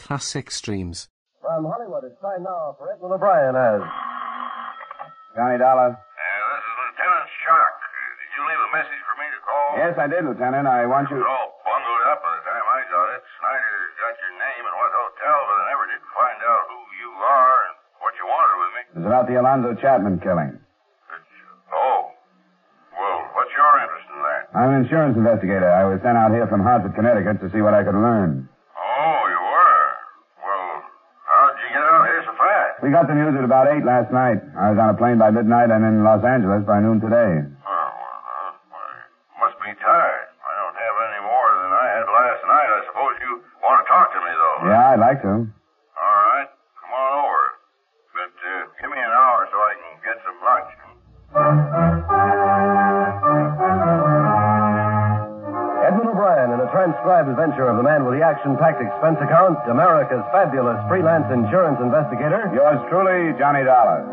classic streams. From Hollywood, it's time now for Edwin O'Brien as. Johnny Dollar. Uh, this is Lieutenant Shark. Uh, Did you leave a message for me to call? Yes, I did, Lieutenant. I want It you. was all bundled up by the time I got it. Snyder got your name and what hotel, but I never did find out who you are and what you wanted with me. It's about the Alonzo Chapman killing. Oh. Well, what's your interest in that? I'm an insurance investigator. I was sent out here from Hartford, Connecticut to see what I could learn. Oh, you were. Well, how'd you get out here so fast? We got the news at about 8 last night. I was on a plane by midnight and in Los Angeles by noon today. Oh, well, uh, I must be tired. I don't have any more than I had last night. I suppose you want to talk to me, though. huh? Yeah, I'd like to. All right. Come on over. But uh, give me an hour so I can get some lunch. Edmund O'Brien in a transcribed adventure of the man with the action-packed expense account, America's fabulous freelance insurance investigator. Yours truly, Johnny Dollar.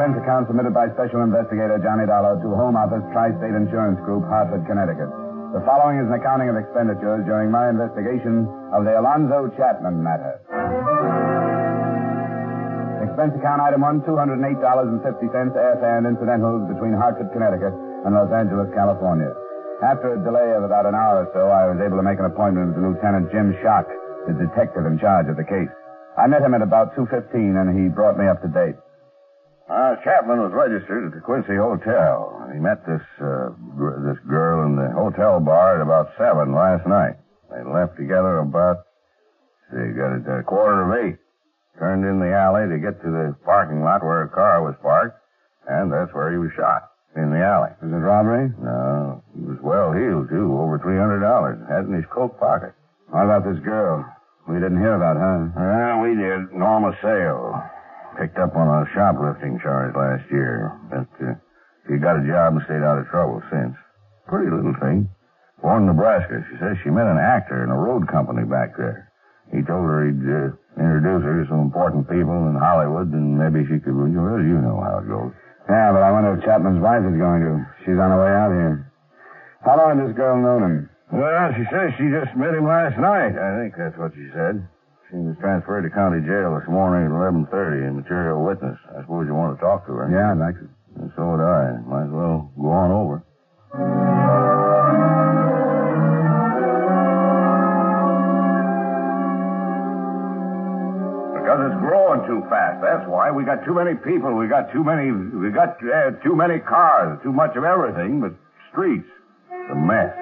Expense account submitted by Special Investigator Johnny Dollar to Home Office Tri-State Insurance Group, Hartford, Connecticut. The following is an accounting of expenditures during my investigation of the Alonzo Chapman matter. Expense account item one, $208.50 airfare and incidentals between Hartford, Connecticut and Los Angeles, California. After a delay of about an hour or so, I was able to make an appointment with Lieutenant Jim Shock, the detective in charge of the case. I met him at about 2.15 and he brought me up to date. Uh, Chapman was registered at the Quincy Hotel. He met this uh, gr- this girl in the hotel bar at about seven last night. They left together about they got it a quarter of eight. Turned in the alley to get to the parking lot where a car was parked, and that's where he was shot in the alley. Is it robbery? No, he was well heeled too, over three hundred dollars, had in his coat pocket. What about this girl? We didn't hear about her. Well, we did. Norma Sale. Picked up on a shoplifting charge last year. But uh, she got a job and stayed out of trouble since. Pretty little thing. Born in Nebraska. She says she met an actor in a road company back there. He told her he'd uh, introduce her to some important people in Hollywood and maybe she could... Well, you know how it goes. Yeah, but I wonder if Chapman's wife is going to. She's on her way out here. How long has this girl known him? Well, she says she just met him last night. I think that's what she said. She was transferred to county jail this morning at 11.30 and material witness. I suppose you want to talk to her. Yeah, I'd like to. And so would I. Might as well go on over. Because it's growing too fast. That's why we got too many people. We got too many. We got uh, too many cars. Too much of everything, but streets. It's a mess.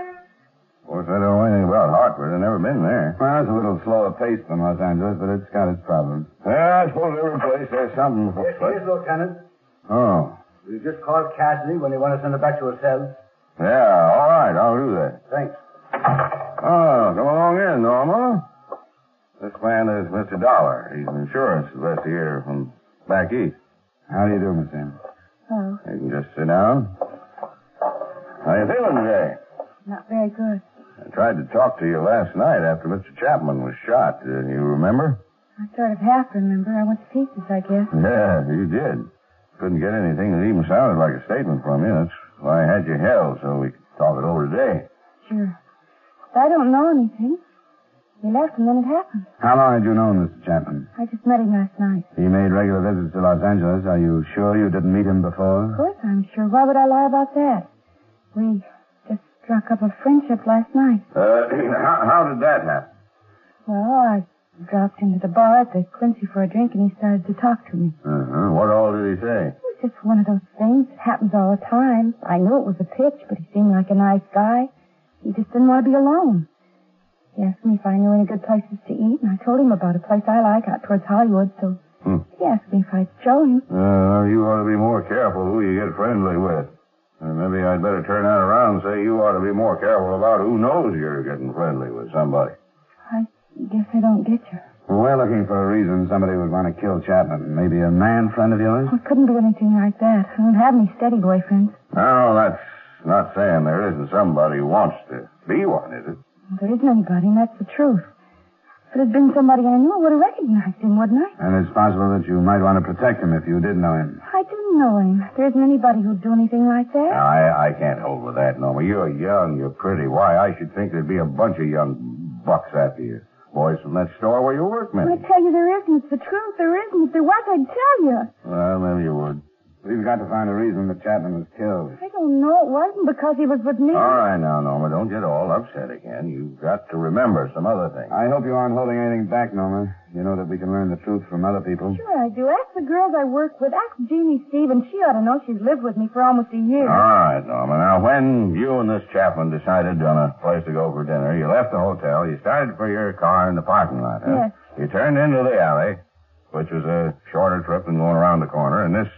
Of course, I don't know anything about Hartford. I've never been there. Well, it's a little slower pace than Los Angeles, but it's got its problems. Yeah, I suppose every place there's something. For... Lieutenant. Oh. You just called Cassidy when you want to send her back to her cell. Yeah, all right. I'll do that. Thanks. Oh, come along in, Norma. This man is Mr. Dollar. He's an insurance investigator from back east. How do you do, Miss Ann? Oh, You can just sit down. How you feeling today? not very good. I tried to talk to you last night after Mr. Chapman was shot. Uh, you remember? I sort of half remember. I went to pieces, I guess. Yeah, you did. Couldn't get anything that even sounded like a statement from you. That's why I had you held so we could talk it over today. Sure. But I don't know anything. He left and then it happened. How long had you known Mr. Chapman? I just met him last night. He made regular visits to Los Angeles. Are you sure you didn't meet him Of before? course I'm sure. Why would I lie about that? We just struck up a friendship last night. Uh, how, how did that happen? Well, I dropped into the bar at the Quincy for a drink and he started to talk to me. Uh-huh. What all did he say? It was just one of those things. It happens all the time. I knew it was a pitch, but he seemed like a nice guy. He just didn't want to be alone. He asked me if I knew any good places to eat, and I told him about a place I like out towards Hollywood, so He asked me if I'd show him. Uh, you ought to be more careful who you get friendly with. And maybe I'd better turn that around and say you ought to be more careful about who knows you're getting friendly with somebody. I guess I don't get you. Well, we're looking for a reason somebody would want to kill Chapman. Maybe a man friend of yours? I couldn't do anything like that. I don't have any steady boyfriends. No, that's not saying there isn't somebody who wants to be one, is it? There isn't anybody, and that's the truth. If it had been somebody I knew, I would have recognized him, wouldn't I? And it's possible that you might want to protect him if you did know him. I do know him. There isn't anybody who'd do anything like that. Now, I, I can't hold with that, Norma. You're young, you're pretty. Why, I should think there'd be a bunch of young bucks after you. Boys from that store where you work, I maybe. tell you, there isn't. It's the truth. There isn't. If there was, I'd tell you. Well, maybe you would. We've got to find a reason that Chapman was killed. I don't know. It wasn't because he was with me. All right now, Norma, don't get all upset again. You've got to remember some other things. I hope you aren't holding anything back, Norma. You know that we can learn the truth from other people. Sure, I do. Ask the girls I work with. Ask Jeannie Stevens. She ought to know she's lived with me for almost a year. All right, Norma. Now, when you and this Chapman decided on a place to go for dinner, you left the hotel, you started for your car in the parking lot, huh? Yes. You turned into the alley, which was a shorter trip than going around the corner, and this,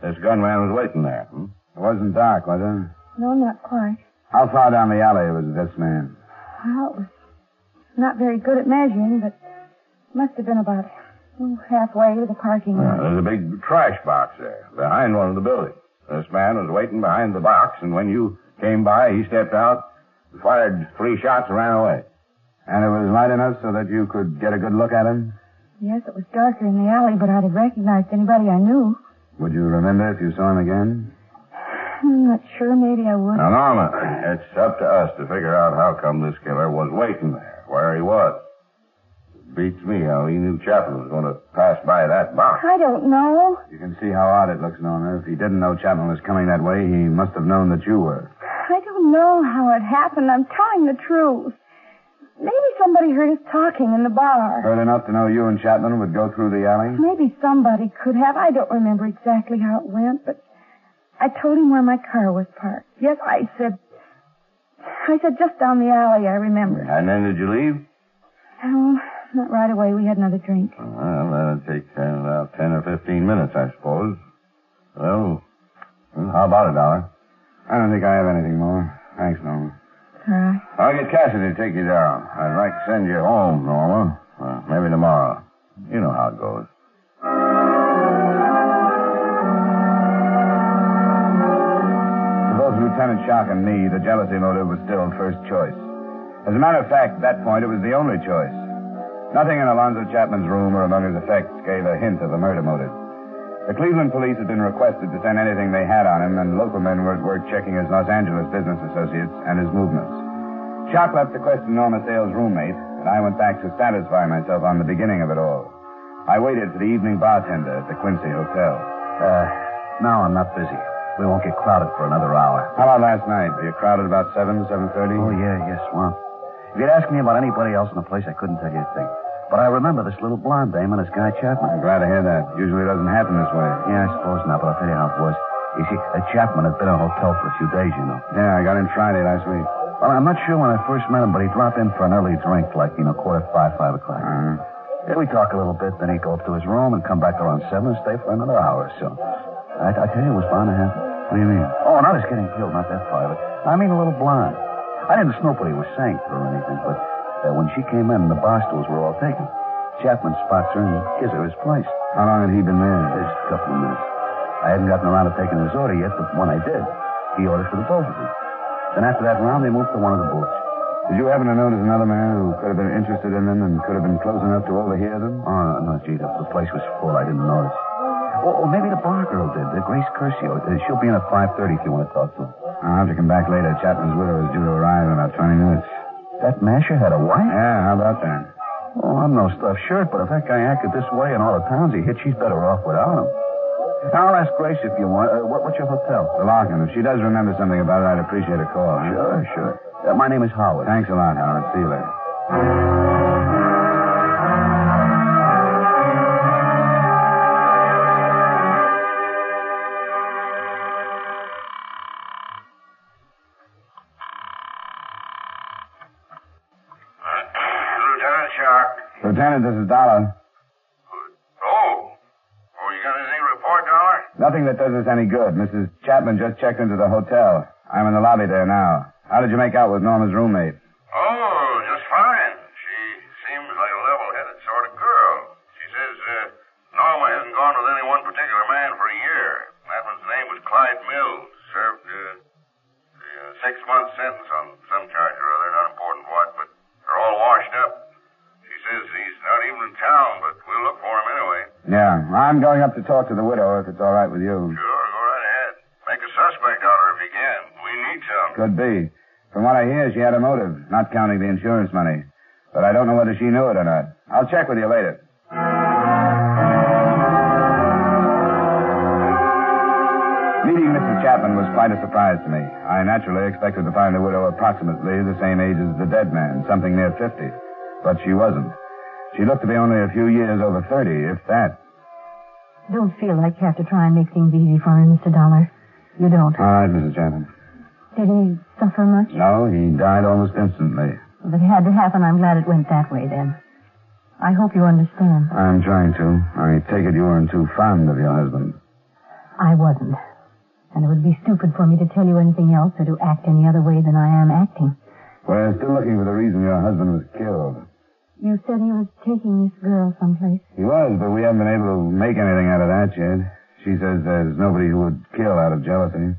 this gunman was waiting there. Hmm? It wasn't dark, was it? No, not quite. How far down the alley was this man? Well, it was not very good at measuring, but must have been about oh, halfway to the parking Uh, lot. there's a big trash box there, behind one of the buildings. This man was waiting behind the box, and when you came by, he stepped out, fired three shots, and ran away. And it was light enough so that you could get a good look at him? Yes, it was darker in the alley, but I'd have recognized anybody I knew. Would you remember if you saw him again? I'm not sure. Maybe I would. Now, Norma, it's up to us to figure out how come this killer was waiting there, where he was. Beats me how he knew Chapman was going to pass by that box. I don't know. You can see how odd it looks, Norma. If he didn't know Chapman was coming that way, he must have known that you were. I don't know how it happened. I'm telling the truth. Maybe somebody heard us talking in the bar. Heard enough to know you and Chapman would go through the alley? Maybe somebody could have. I don't remember exactly how it went, but I told him where my car was parked. Yes, I said. I said just down the alley, I remember. And then did you leave? Oh, not right away. We had another drink. Well, that'll take uh, about 10 or 15 minutes, I suppose. Well, well, how about a dollar? I don't think I have anything more. Thanks, Norma. All right. I'll get Cassidy to take you down. I'd like to send you home, Norma. Uh, maybe tomorrow. You know how it goes. To both Lieutenant Shock and me, the jealousy motive was still first choice. As a matter of fact, at that point, it was the only choice. Nothing in Alonzo Chapman's room or among his effects gave a hint of a murder motive. The Cleveland police had been requested to send anything they had on him, and local men were at work checking his Los Angeles business associates and his movements. Shock left to question Norma Sales' roommate, and I went back to satisfy myself on the beginning of it all. I waited for the evening bartender at the Quincy Hotel. Uh, no, I'm not busy. We won't get crowded for another hour. How about last night? Were you crowded about 7, 7.30? Oh, yeah, yes, swamp. If you'd asked me about anybody else in the place, I couldn't tell you a thing. But I remember this little blonde dame and this guy Chapman. I'm glad to hear that. Usually doesn't happen this way. Yeah, I suppose not, but I'll tell you how it was. You see, uh, Chapman had been in a hotel for a few days, you know. Yeah, I got in Friday last week. Well, I'm not sure when I first met him, but he dropped in for an early drink, like, you know, quarter five, five o'clock. Uh, Then we talk a little bit, then he'd go up to his room and come back around seven and stay for another hour or so. I, I tell you, it was bound to happen. What do you mean? Oh, not his getting killed, not that part of it. I mean a little blonde. I didn't snoop what he was saying to her or anything, but uh, when she came in, the bar stools were all taken. Chapman spots her and gives her his place. how long had he been there? Just a couple of minutes. I hadn't gotten around to taking his order yet, but when I did, he ordered for the both of them. Then after that round, they moved to one of the booths. Did you happen to notice another man who could have been interested in them and could have been close enough to overhear them? Oh, no, no, gee, the, the place was full. I didn't notice. Oh, oh, maybe the bar girl did. The Grace Curcio. Uh, She'll be in at 5.30 if you want to talk to her. I'll have to come back later. Chapman's widow is due to arrive in about 20 minutes. That masher had a wife? Yeah, how about that? Oh, I'm no stuffed shirt, but if that guy acted this way in all the towns he hit, she's better off without him. Now, I'll ask Grace if you want. Uh, what, what's your hotel? The Larkin, if she does remember something about it, I'd appreciate a call. huh? Sure, sure. Uh, my name is Howard. Thanks a lot, Howard. See you later. Lieutenant Shark. Uh, Lieutenant, this is Dollar. Oh, Nothing that does us any good. Mrs. Chapman just checked into the hotel. I'm in the lobby there now. How did you make out with Norma's roommate? Oh, just fine. She seems like a level-headed sort of girl. She says uh, Norma hasn't gone with any one particular man for a year. That one's name was Clyde Mills. Served uh, a six-month sentence on some charge or other, not important what, but they're all washed up. She says he's not even in town, but we'll look for him anyway. Yeah, I'm going up to talk to the widow if it's all right with you. Sure, go right ahead. Make a suspect out of her if you can. We need some. Could be. From what I hear, she had a motive, not counting the insurance money. But I don't know whether she knew it or not. I'll check with you later. Meeting Mrs. Chapman was quite a surprise to me. I naturally expected to find the widow approximately the same age as the dead man, something near 50. But she wasn't. She looked to be only a few years over 30, if that. Don't feel like you have to try and make things easy for him, Mr. Dollar. You don't. All right, Mrs. Chapman. Did he suffer much? No, he died almost instantly. If it had to happen, I'm glad it went that way then. I hope you understand. I'm trying to. I take it you weren't too fond of your husband. I wasn't. And it would be stupid for me to tell you anything else or to act any other way than I am acting. We're still looking for the reason your husband was killed. You said he was taking this girl someplace. He was, but we haven't been able to make anything out of that yet. She says there's nobody who would kill out of jealousy.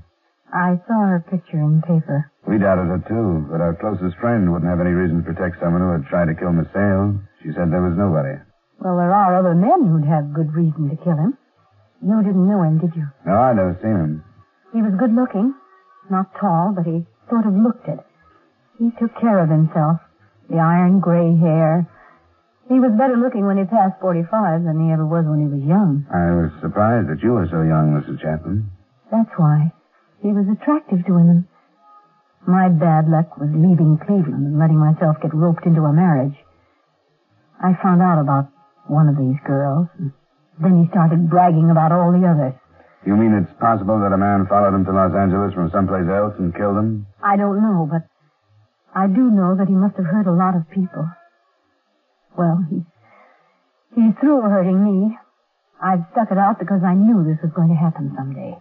I saw her picture in paper. We doubted her too, but our closest friend wouldn't have any reason to protect someone who had tried to kill Miss Sale. She said there was nobody. Well, there are other men who'd have good reason to kill him. You didn't know him, did you? No, I'd never seen him. He was good looking. Not tall, but he sort of looked it. He took care of himself. The iron gray hair. He was better looking when he passed 45 than he ever was when he was young. I was surprised that you were so young, Mrs. Chapman. That's why. He was attractive to women. My bad luck was leaving Cleveland and letting myself get roped into a marriage. I found out about one of these girls, and then he started bragging about all the others. You mean it's possible that a man followed him to Los Angeles from someplace else and killed him? I don't know, but I do know that he must have hurt a lot of people. Well, he, he's through hurting me. I've stuck it out because I knew this was going to happen someday.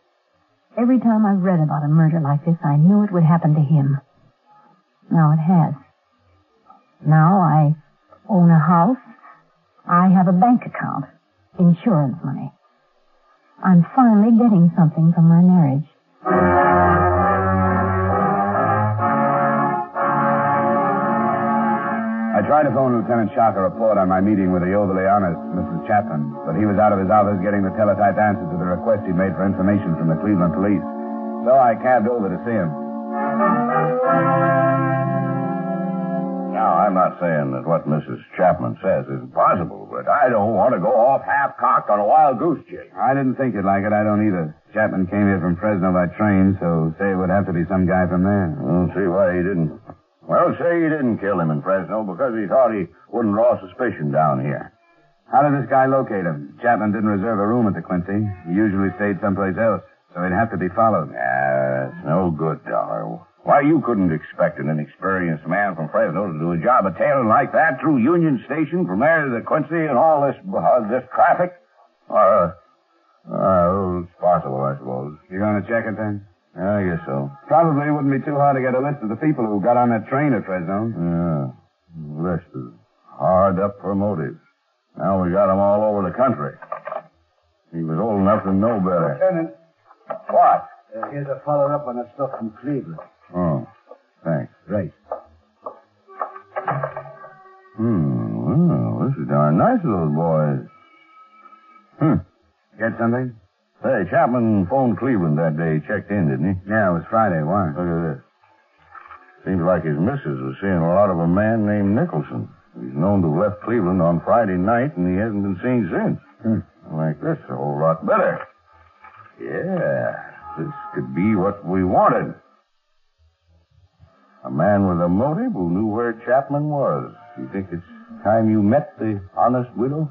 Every time I've read about a murder like this, I knew it would happen to him. Now it has. Now I own a house. I have a bank account. Insurance money. I'm finally getting something from my marriage. I tried to phone Lieutenant Shock a report on my meeting with the overly honest Mrs. Chapman, but he was out of his office getting the teletype answer to the request he made for information from the Cleveland police. So I cabbed over to see him. Now, I'm not saying that what Mrs. Chapman says isn't possible, but I don't want to go off half-cocked on a wild goose chase. I didn't think you'd like it. I don't either. Chapman came here from Fresno by train, so say it would have to be some guy from there. We'll see why he didn't. Well, say he didn't kill him in Fresno because he thought he wouldn't draw suspicion down here. How did this guy locate him? Chapman didn't reserve a room at the Quincy. He usually stayed someplace else, so he'd have to be followed. Yeah, it's no good, Dollar. Why, you couldn't expect an inexperienced man from Fresno to do a job of tailing like that through Union Station from there to the Quincy and all this uh, this traffic. Uh, uh, it's possible, I suppose. You gonna check it then? I guess so. Probably wouldn't be too hard to get a list of the people who got on that train at Fresno. Yeah. List is hard up for motives. Now we got 'em all over the country. He was old enough to know better. Lieutenant, What? uh, here's a follow-up on that stuff from Cleveland. Oh, thanks. Right. Hmm, well, this is darn nice of those boys. Hmm. Get something? Hey, Chapman phoned Cleveland that day. He checked in, didn't he? Yeah, it was Friday. Why? Look at this. Seems like his missus was seeing a lot of a man named Nicholson. He's known to have left Cleveland on Friday night, and he hasn't been seen since. Like this, a whole lot better. Yeah, this could be what we wanted. A man with a motive who knew where Chapman was. You think it's time you met the honest widow?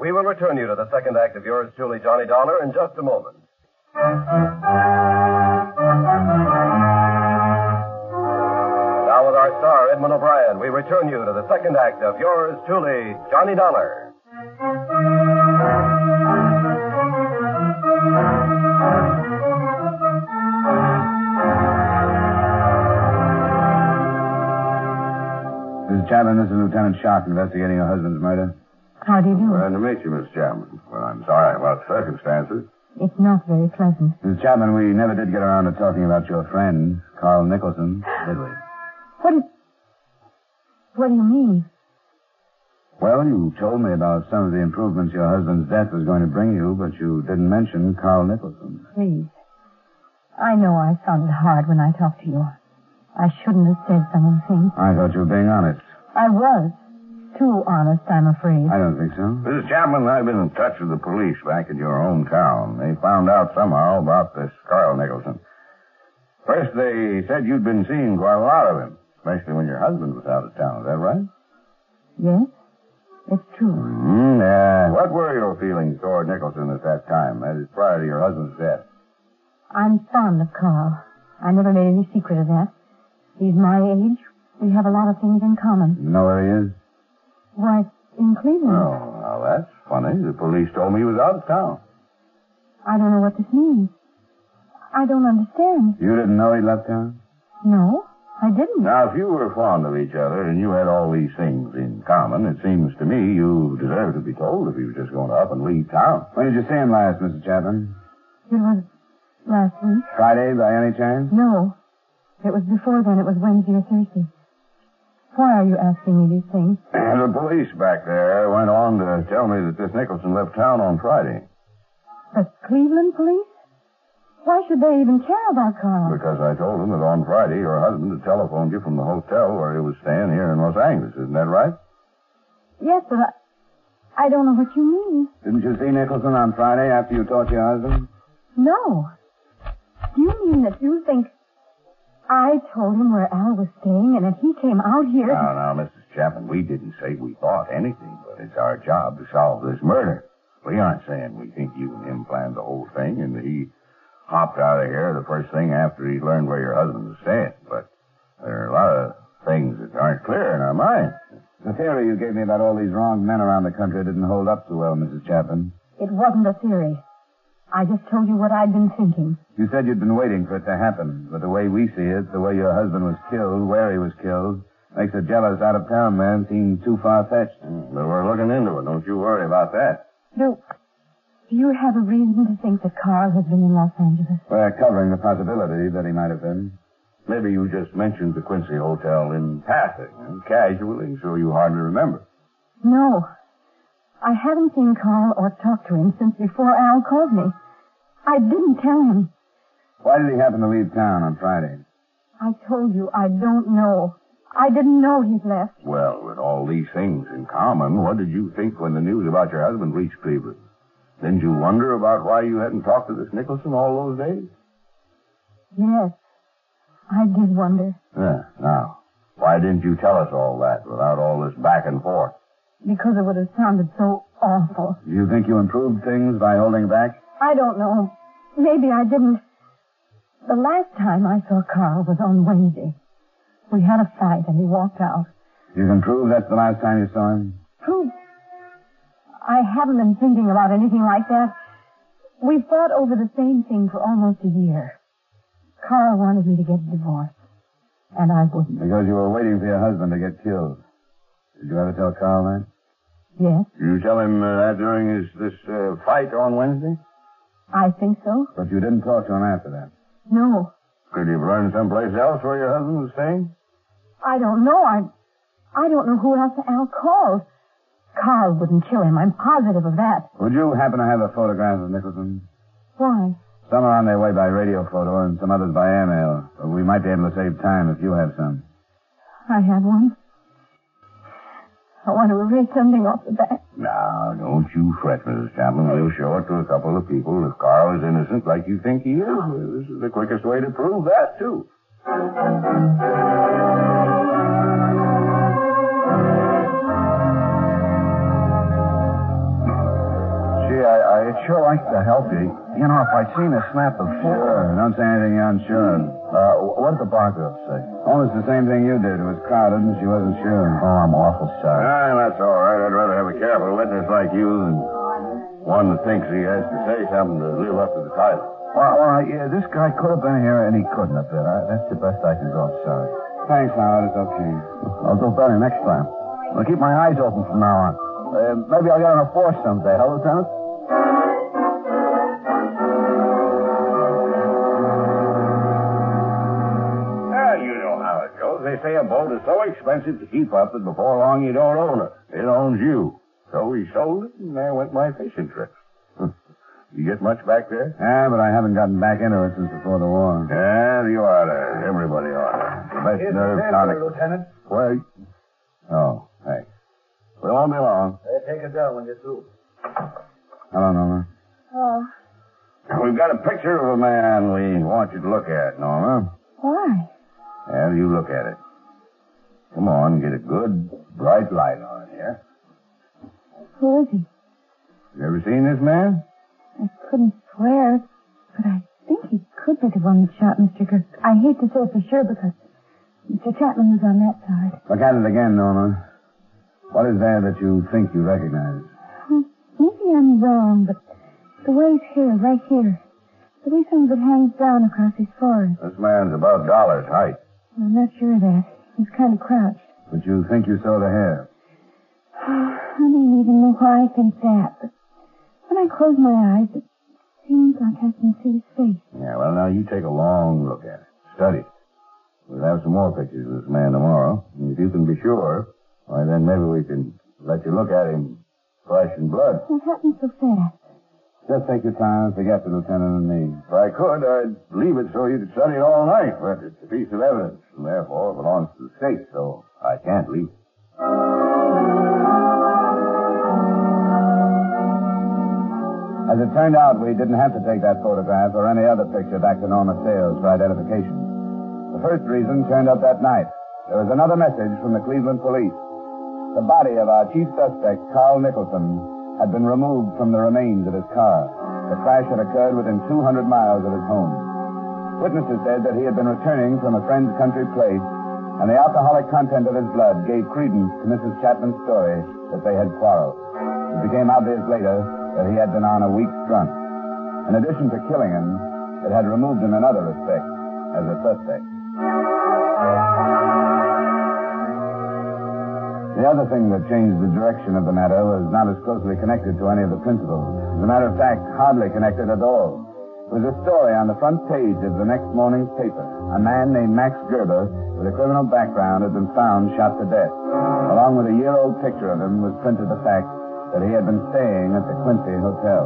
We will return you to the second act of yours truly, Johnny Dollar, in just a moment. Now, with our star, Edmund O'Brien, we return you to the second act of yours truly, Johnny Dollar. Mrs. Chapman, this is Lieutenant Shock investigating your husband's murder. How do you do? Glad to meet you, Miss Chapman. Well, I'm sorry about the circumstances. It's not very pleasant. Mrs. Chapman, we never did get around to talking about your friend, Carl Nicholson, did we? What do, what do you mean? Well, you told me about some of the improvements your husband's death was going to bring you, but you didn't mention Carl Nicholson. Please. I know I sounded hard when I talked to you. I shouldn't have said some of the things. I thought you were being honest. I was. Too honest, I'm afraid. I don't think so. Mrs. Chapman, I've been in touch with the police back in your hometown. They found out somehow about this Carl Nicholson. First, they said you'd been seeing quite a lot of him, especially when your husband was out of town. Is that right? Yes, it's true. Mm, yeah. What were your feelings toward Nicholson at that time? That is prior to your husband's death. I'm fond of Carl. I never made any secret of that. He's my age. We have a lot of things in common. You know where he is? Why, in Cleveland. Oh, now that's funny. The police told me he was out of town. I don't know what this means. I don't understand. You didn't know he left town? No, I didn't. Now, if you were fond of each other and you had all these things in common, it seems to me you deserve to be told if he was just going to up and leave town. When did you see him last, Mrs. Chapman? It was last week. Friday, by any chance? No. It was before then. It was Wednesday or Thursday. Why are you asking me these things? And the police back there went on to tell me that this Nicholson left town on Friday. The Cleveland police? Why should they even care about Carl? Because I told them that on Friday your husband had telephoned you from the hotel where he was staying here in Los Angeles. Isn't that right? Yes, but I, I don't know what you mean. Didn't you see Nicholson on Friday after you talked to your husband? No. Do you mean that you think I told him where Al was staying, and if he came out here. Now, now, Mrs. Chapman, we didn't say we thought anything, but it's our job to solve this murder. We aren't saying we think you and him planned the whole thing and that he hopped out of here the first thing after he learned where your husband was staying, but there are a lot of things that aren't clear in our mind. The theory you gave me about all these wronged men around the country didn't hold up so well, Mrs. Chapman. It wasn't a theory. I just told you what I'd been thinking. You said you'd been waiting for it to happen, but the way we see it, the way your husband was killed, where he was killed, makes a jealous out of town man seem too far fetched. Mm, but we're looking into it. Don't you worry about that. Duke, do you have a reason to think that Carl has been in Los Angeles? We're covering the possibility that he might have been. Maybe you just mentioned the Quincy Hotel in passing and casually, so you hardly remember. No, I haven't seen Carl or talked to him since before Al called me. I didn't tell him. Why did he happen to leave town on Friday? I told you, I don't know. I didn't know he'd left. Well, with all these things in common, what did you think when the news about your husband reached Cleveland? Didn't you wonder about why you hadn't talked to this Nicholson all those days? Yes, I did wonder. Yeah, now, why didn't you tell us all that without all this back and forth? because it would have sounded so awful. You think you improved things by holding back? I don't know. Maybe I didn't. The last time I saw Carl was on Wednesday. We had a fight and he walked out. You can prove that's the last time you saw him? Prove? I haven't been thinking about anything like that. We fought over the same thing for almost a year. Carl wanted me to get a divorce, and I wouldn't. Because you were waiting for your husband to get killed. Did you ever tell Carl that? Yes. Did you tell him uh, that during his this uh, fight on Wednesday? I think so. But you didn't talk to him after that. No. Could you have learned someplace else where your husband was staying? I don't know. I I don't know who else Al called. Carl wouldn't kill him. I'm positive of that. Would you happen to have a photograph of Nicholson? Why? Some are on their way by radio photo and some others by airmail. We might be able to save time if you have some. I have one. I want to erase something off the back. Now, don't you fret, Mrs. Chapman. We'll show it to a couple of people if Carl is innocent like you think he is. This is the quickest way to prove that, too. Gee, I, I'd sure like to help you. You know, if I'd seen a snap before. Sure, don't say anything you're unsure. of. Uh, wh- what did the barker say? Almost the same thing you did. It was crowded and she wasn't sure. Oh, I'm awful sorry. Ah, that's all right. I'd rather have a careful witness like you than one that thinks he has to say something to live up to the title. Well, well, yeah, this guy could have been here and he couldn't have been. I, that's the best I can go. I'm Sorry. Thanks, now. It's okay. I'll do better next time. I'll keep my eyes open from now on. Uh, maybe I'll get on a force someday. Huh, Lieutenant? Well, you know how it goes. They say a boat is so expensive to keep up that before long you don't own it. It owns you. So we sold it, and there went my fishing trip. you get much back there? Yeah, but I haven't gotten back into it since before the war. Yeah, you ought to. Everybody ought to. The best Here's nerve the tonic. paper, Lieutenant. Wait. Oh, thanks. We won't be long. Uh, take it down when you're through. Hello, Norma. Oh, We've got a picture of a man we want you to look at, Norma. why? Have you look at it. Come on, get a good, bright light on it here. Who is he? You ever seen this man? I couldn't swear, but I think he could be the one that shot Mr. Kirk. I hate to say for sure because Mr. Chapman was on that side. Look at it again, Norma. What is there that you think you recognize? Hmm, Maybe I'm wrong, but the way his hair, right here, the way some of it hangs down across his forehead. This man's about dollar's height. I'm not sure of that. He's kind of crouched. But you think you saw the hair. I don't even know why I think that, but when I close my eyes, it seems like I can see his face. Yeah, well, now you take a long look at it. Study it. We'll have some more pictures of this man tomorrow. And if you can be sure, why then maybe we can let you look at him flesh and blood. It happened so fast. Just take your time. Forget the lieutenant and me. If I could, I'd leave it so you could study it all night, but it's a piece of evidence, and therefore belongs to the state, so I can't leave it. As it turned out, we didn't have to take that photograph or any other picture back to Norma Sales for identification. The first reason turned up that night. There was another message from the Cleveland police. The body of our chief suspect, Carl Nicholson, had been removed from the remains of his car. The crash had occurred within 200 miles of his home. Witnesses said that he had been returning from a friend's country place, and the alcoholic content of his blood gave credence to Mrs. Chapman's story that they had quarreled. It became obvious later that he had been on a week's drunk. In addition to killing him, it had removed him in other respects as a suspect. The other thing that changed the direction of the matter was not as closely connected to any of the principals. As a matter of fact, hardly connected at all. It was a story on the front page of the next morning's paper. A man named Max Gerber, with a criminal background, had been found shot to death. Along with a year-old picture of him was printed the fact that he had been staying at the Quincy Hotel.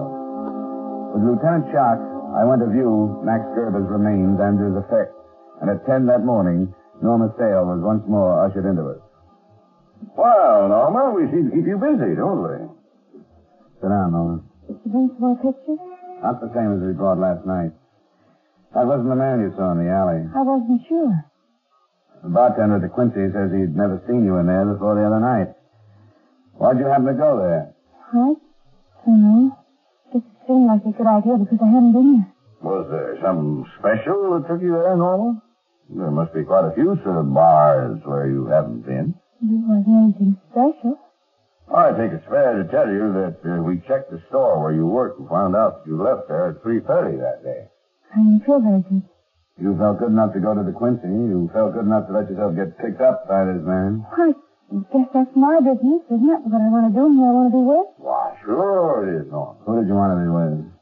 With Lieutenant Shock, I went to view Max Gerber's remains and his effects. And at 10 that morning, Norma Sale was once more ushered into us. Well, Norma, we seem to keep you busy, don't we? Sit down, Norma. You bring some more pictures? Not the same as we brought last night. That wasn't the man you saw in the alley. I wasn't sure. The bartender at the Quincy says he'd never seen you in there before the other night. Why'd you happen to go there? I don't know. Just seemed like a good idea because I hadn't been there. Was there something special that took you there, Norma? There must be quite a few sort of bars where you haven't been. There wasn't anything special. I think it's fair to tell you that uh, we checked the store where you worked and found out that you left there at 3.30 that day. I didn't feel very good. You felt good enough to go to the Quincy. You felt good enough to let yourself get picked up by this man. I guess that's my business, isn't it? What I want to do and who I want to be with? Why, sure it is, Norma. Who did you want to be with?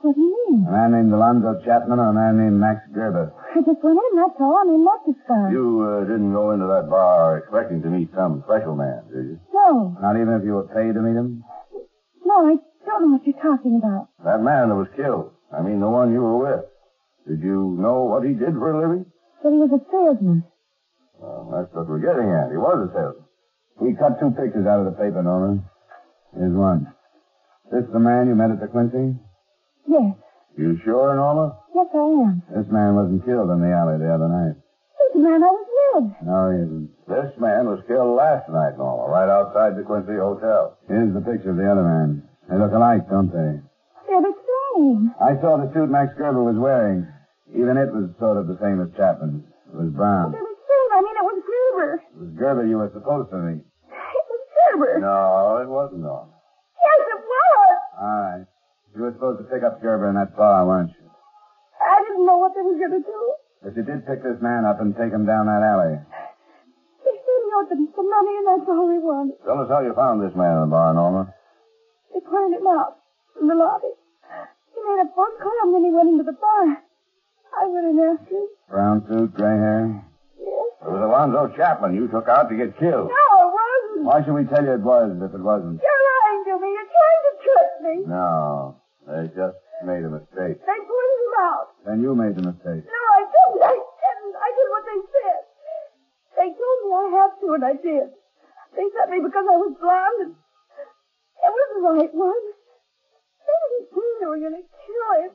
What do you mean? A man named Alonzo Chapman or a man named Max Gerber? I just went in, that's all. I mean, not this guy. You uh, didn't go into that bar expecting to meet some special man, did you? No, Not even if you were paid to meet him? no, I don't know what you're talking about. That man that was killed. I mean, the one you were with. Did you know what he did for a living? But he was a salesman. Well, that's what we're getting at. He was a salesman. We cut two pictures out of the paper, Nora. Here's one. This the man you met at the Quincy? Yes. You sure, Norma? Yes, I am. This man wasn't killed in the alley the other night. He's the man I was with. No, he isn't. This man was killed last night, Norma, right outside the Quincy Hotel. Here's the picture of the other man. They look alike, don't they? They're the same. I saw the suit Max Gerber was wearing. Even it was sort of the same as Chapman's. It was brown. But they're the same. I mean, it was Gerber. It was Gerber you were supposed to meet. It was Gerber. No, it wasn't, Norma. Yes, it was. All right. You were supposed to pick up Gerber in that bar, weren't you? I didn't know what they were going to do. But you did pick this man up and take him down that alley. They said he owed them some money, and that's all they wanted. Tell us how you found this man in the bar, Norma. They pointed him out in the lobby. He made a phone call, and then he went into the bar. I went in after him. Brown suit, gray hair? Yes. It was Alonzo Chapman you took out to get killed. No, it wasn't. Why should we tell you it was if it wasn't? You're lying to me. You're trying to trick me. No, they just made a mistake. They pointed him out. Then you made the mistake. No, I didn't. I didn't. I did what they said. They told me I had to, and I did. They sent me because I was blonde, and it was the right one. They didn't mean they were going to kill him.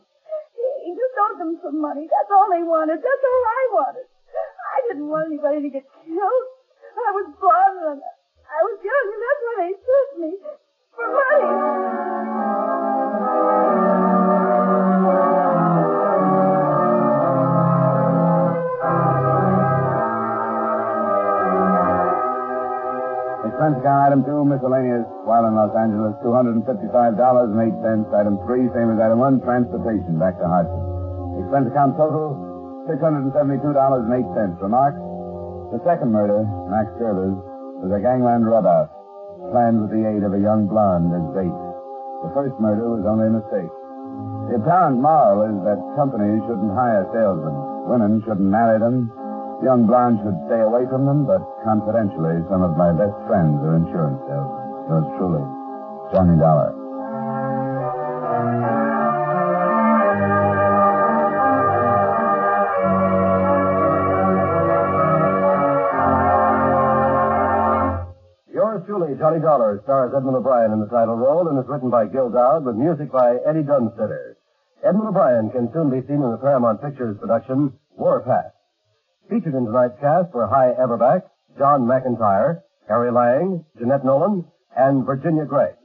He, he just owed them some money. That's all they wanted. That's all I wanted. I didn't want anybody to get killed. I was blonde, and I was young, and that's why they sent me. For money. Expense account item two, miscellaneous, while in Los Angeles, $255.08. Item three, same as item one, transportation back to Hartford. Expense account total, $672.08. Remarks? The second murder, Max Gerber's, was a gangland rubout, planned with the aid of a young blonde as bait. The first murder was only a mistake. The apparent moral is that companies shouldn't hire salesmen. Women shouldn't marry them. Young blondes should stay away from them, but confidentially, some of my best friends are insurance salesmen. Yours truly, Johnny Dollar. Yours truly, Johnny Dollar, stars Edmund O'Brien in the title role and is written by Gil Dowd with music by Eddie Dunstetter. Edmund O'Brien can soon be seen in the Paramount Pictures production, Warpath. Featured in tonight's cast were High Everback, John McIntyre, Harry Lang, Jeanette Nolan, and Virginia Gregg.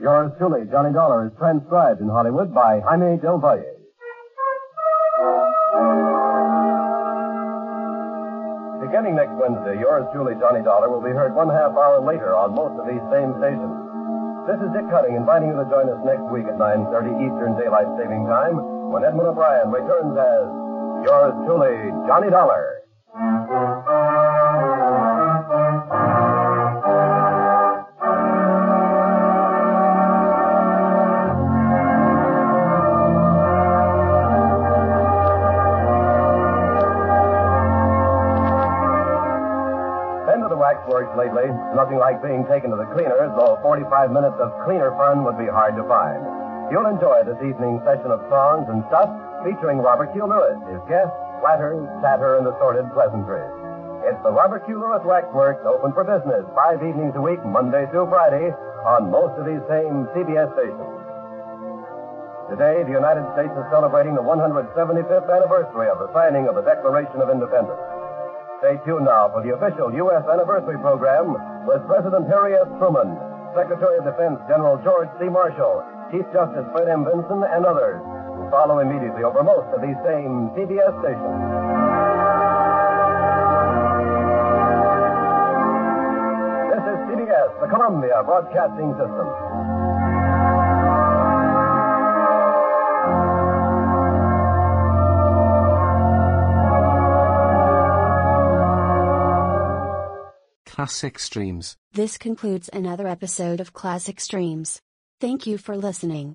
Yours truly, Johnny Dollar, is transcribed in Hollywood by Jaime Del Valle. Beginning next Wednesday, yours truly, Johnny Dollar, will be heard one half hour later on most of these same stations. This is Dick Cutting inviting you to join us next week at 9.30 Eastern Daylight Saving Time when Edmund O'Brien returns as Yours truly, Johnny Dollar. Been to the waxworks lately. Nothing like being taken to the cleaners, though 45 minutes of cleaner fun would be hard to find. You'll enjoy this evening's session of songs and stuff featuring Robert Q. Lewis, his guests, flatters, satire, and assorted pleasantries. It's the Robert Q. Lewis Waxworks, open for business, five evenings a week, Monday through Friday, on most of these same CBS stations. Today, the United States is celebrating the 175th anniversary of the signing of the Declaration of Independence. Stay tuned now for the official U.S. anniversary program with President Harry S. Truman, Secretary of Defense General George C. Marshall, Chief Justice Fred M. Vinson, and others follow immediately over most of these same CBS stations. This is CBS, the Columbia Broadcasting System. Classic Streams. This concludes another episode of Classic Streams. Thank you for listening.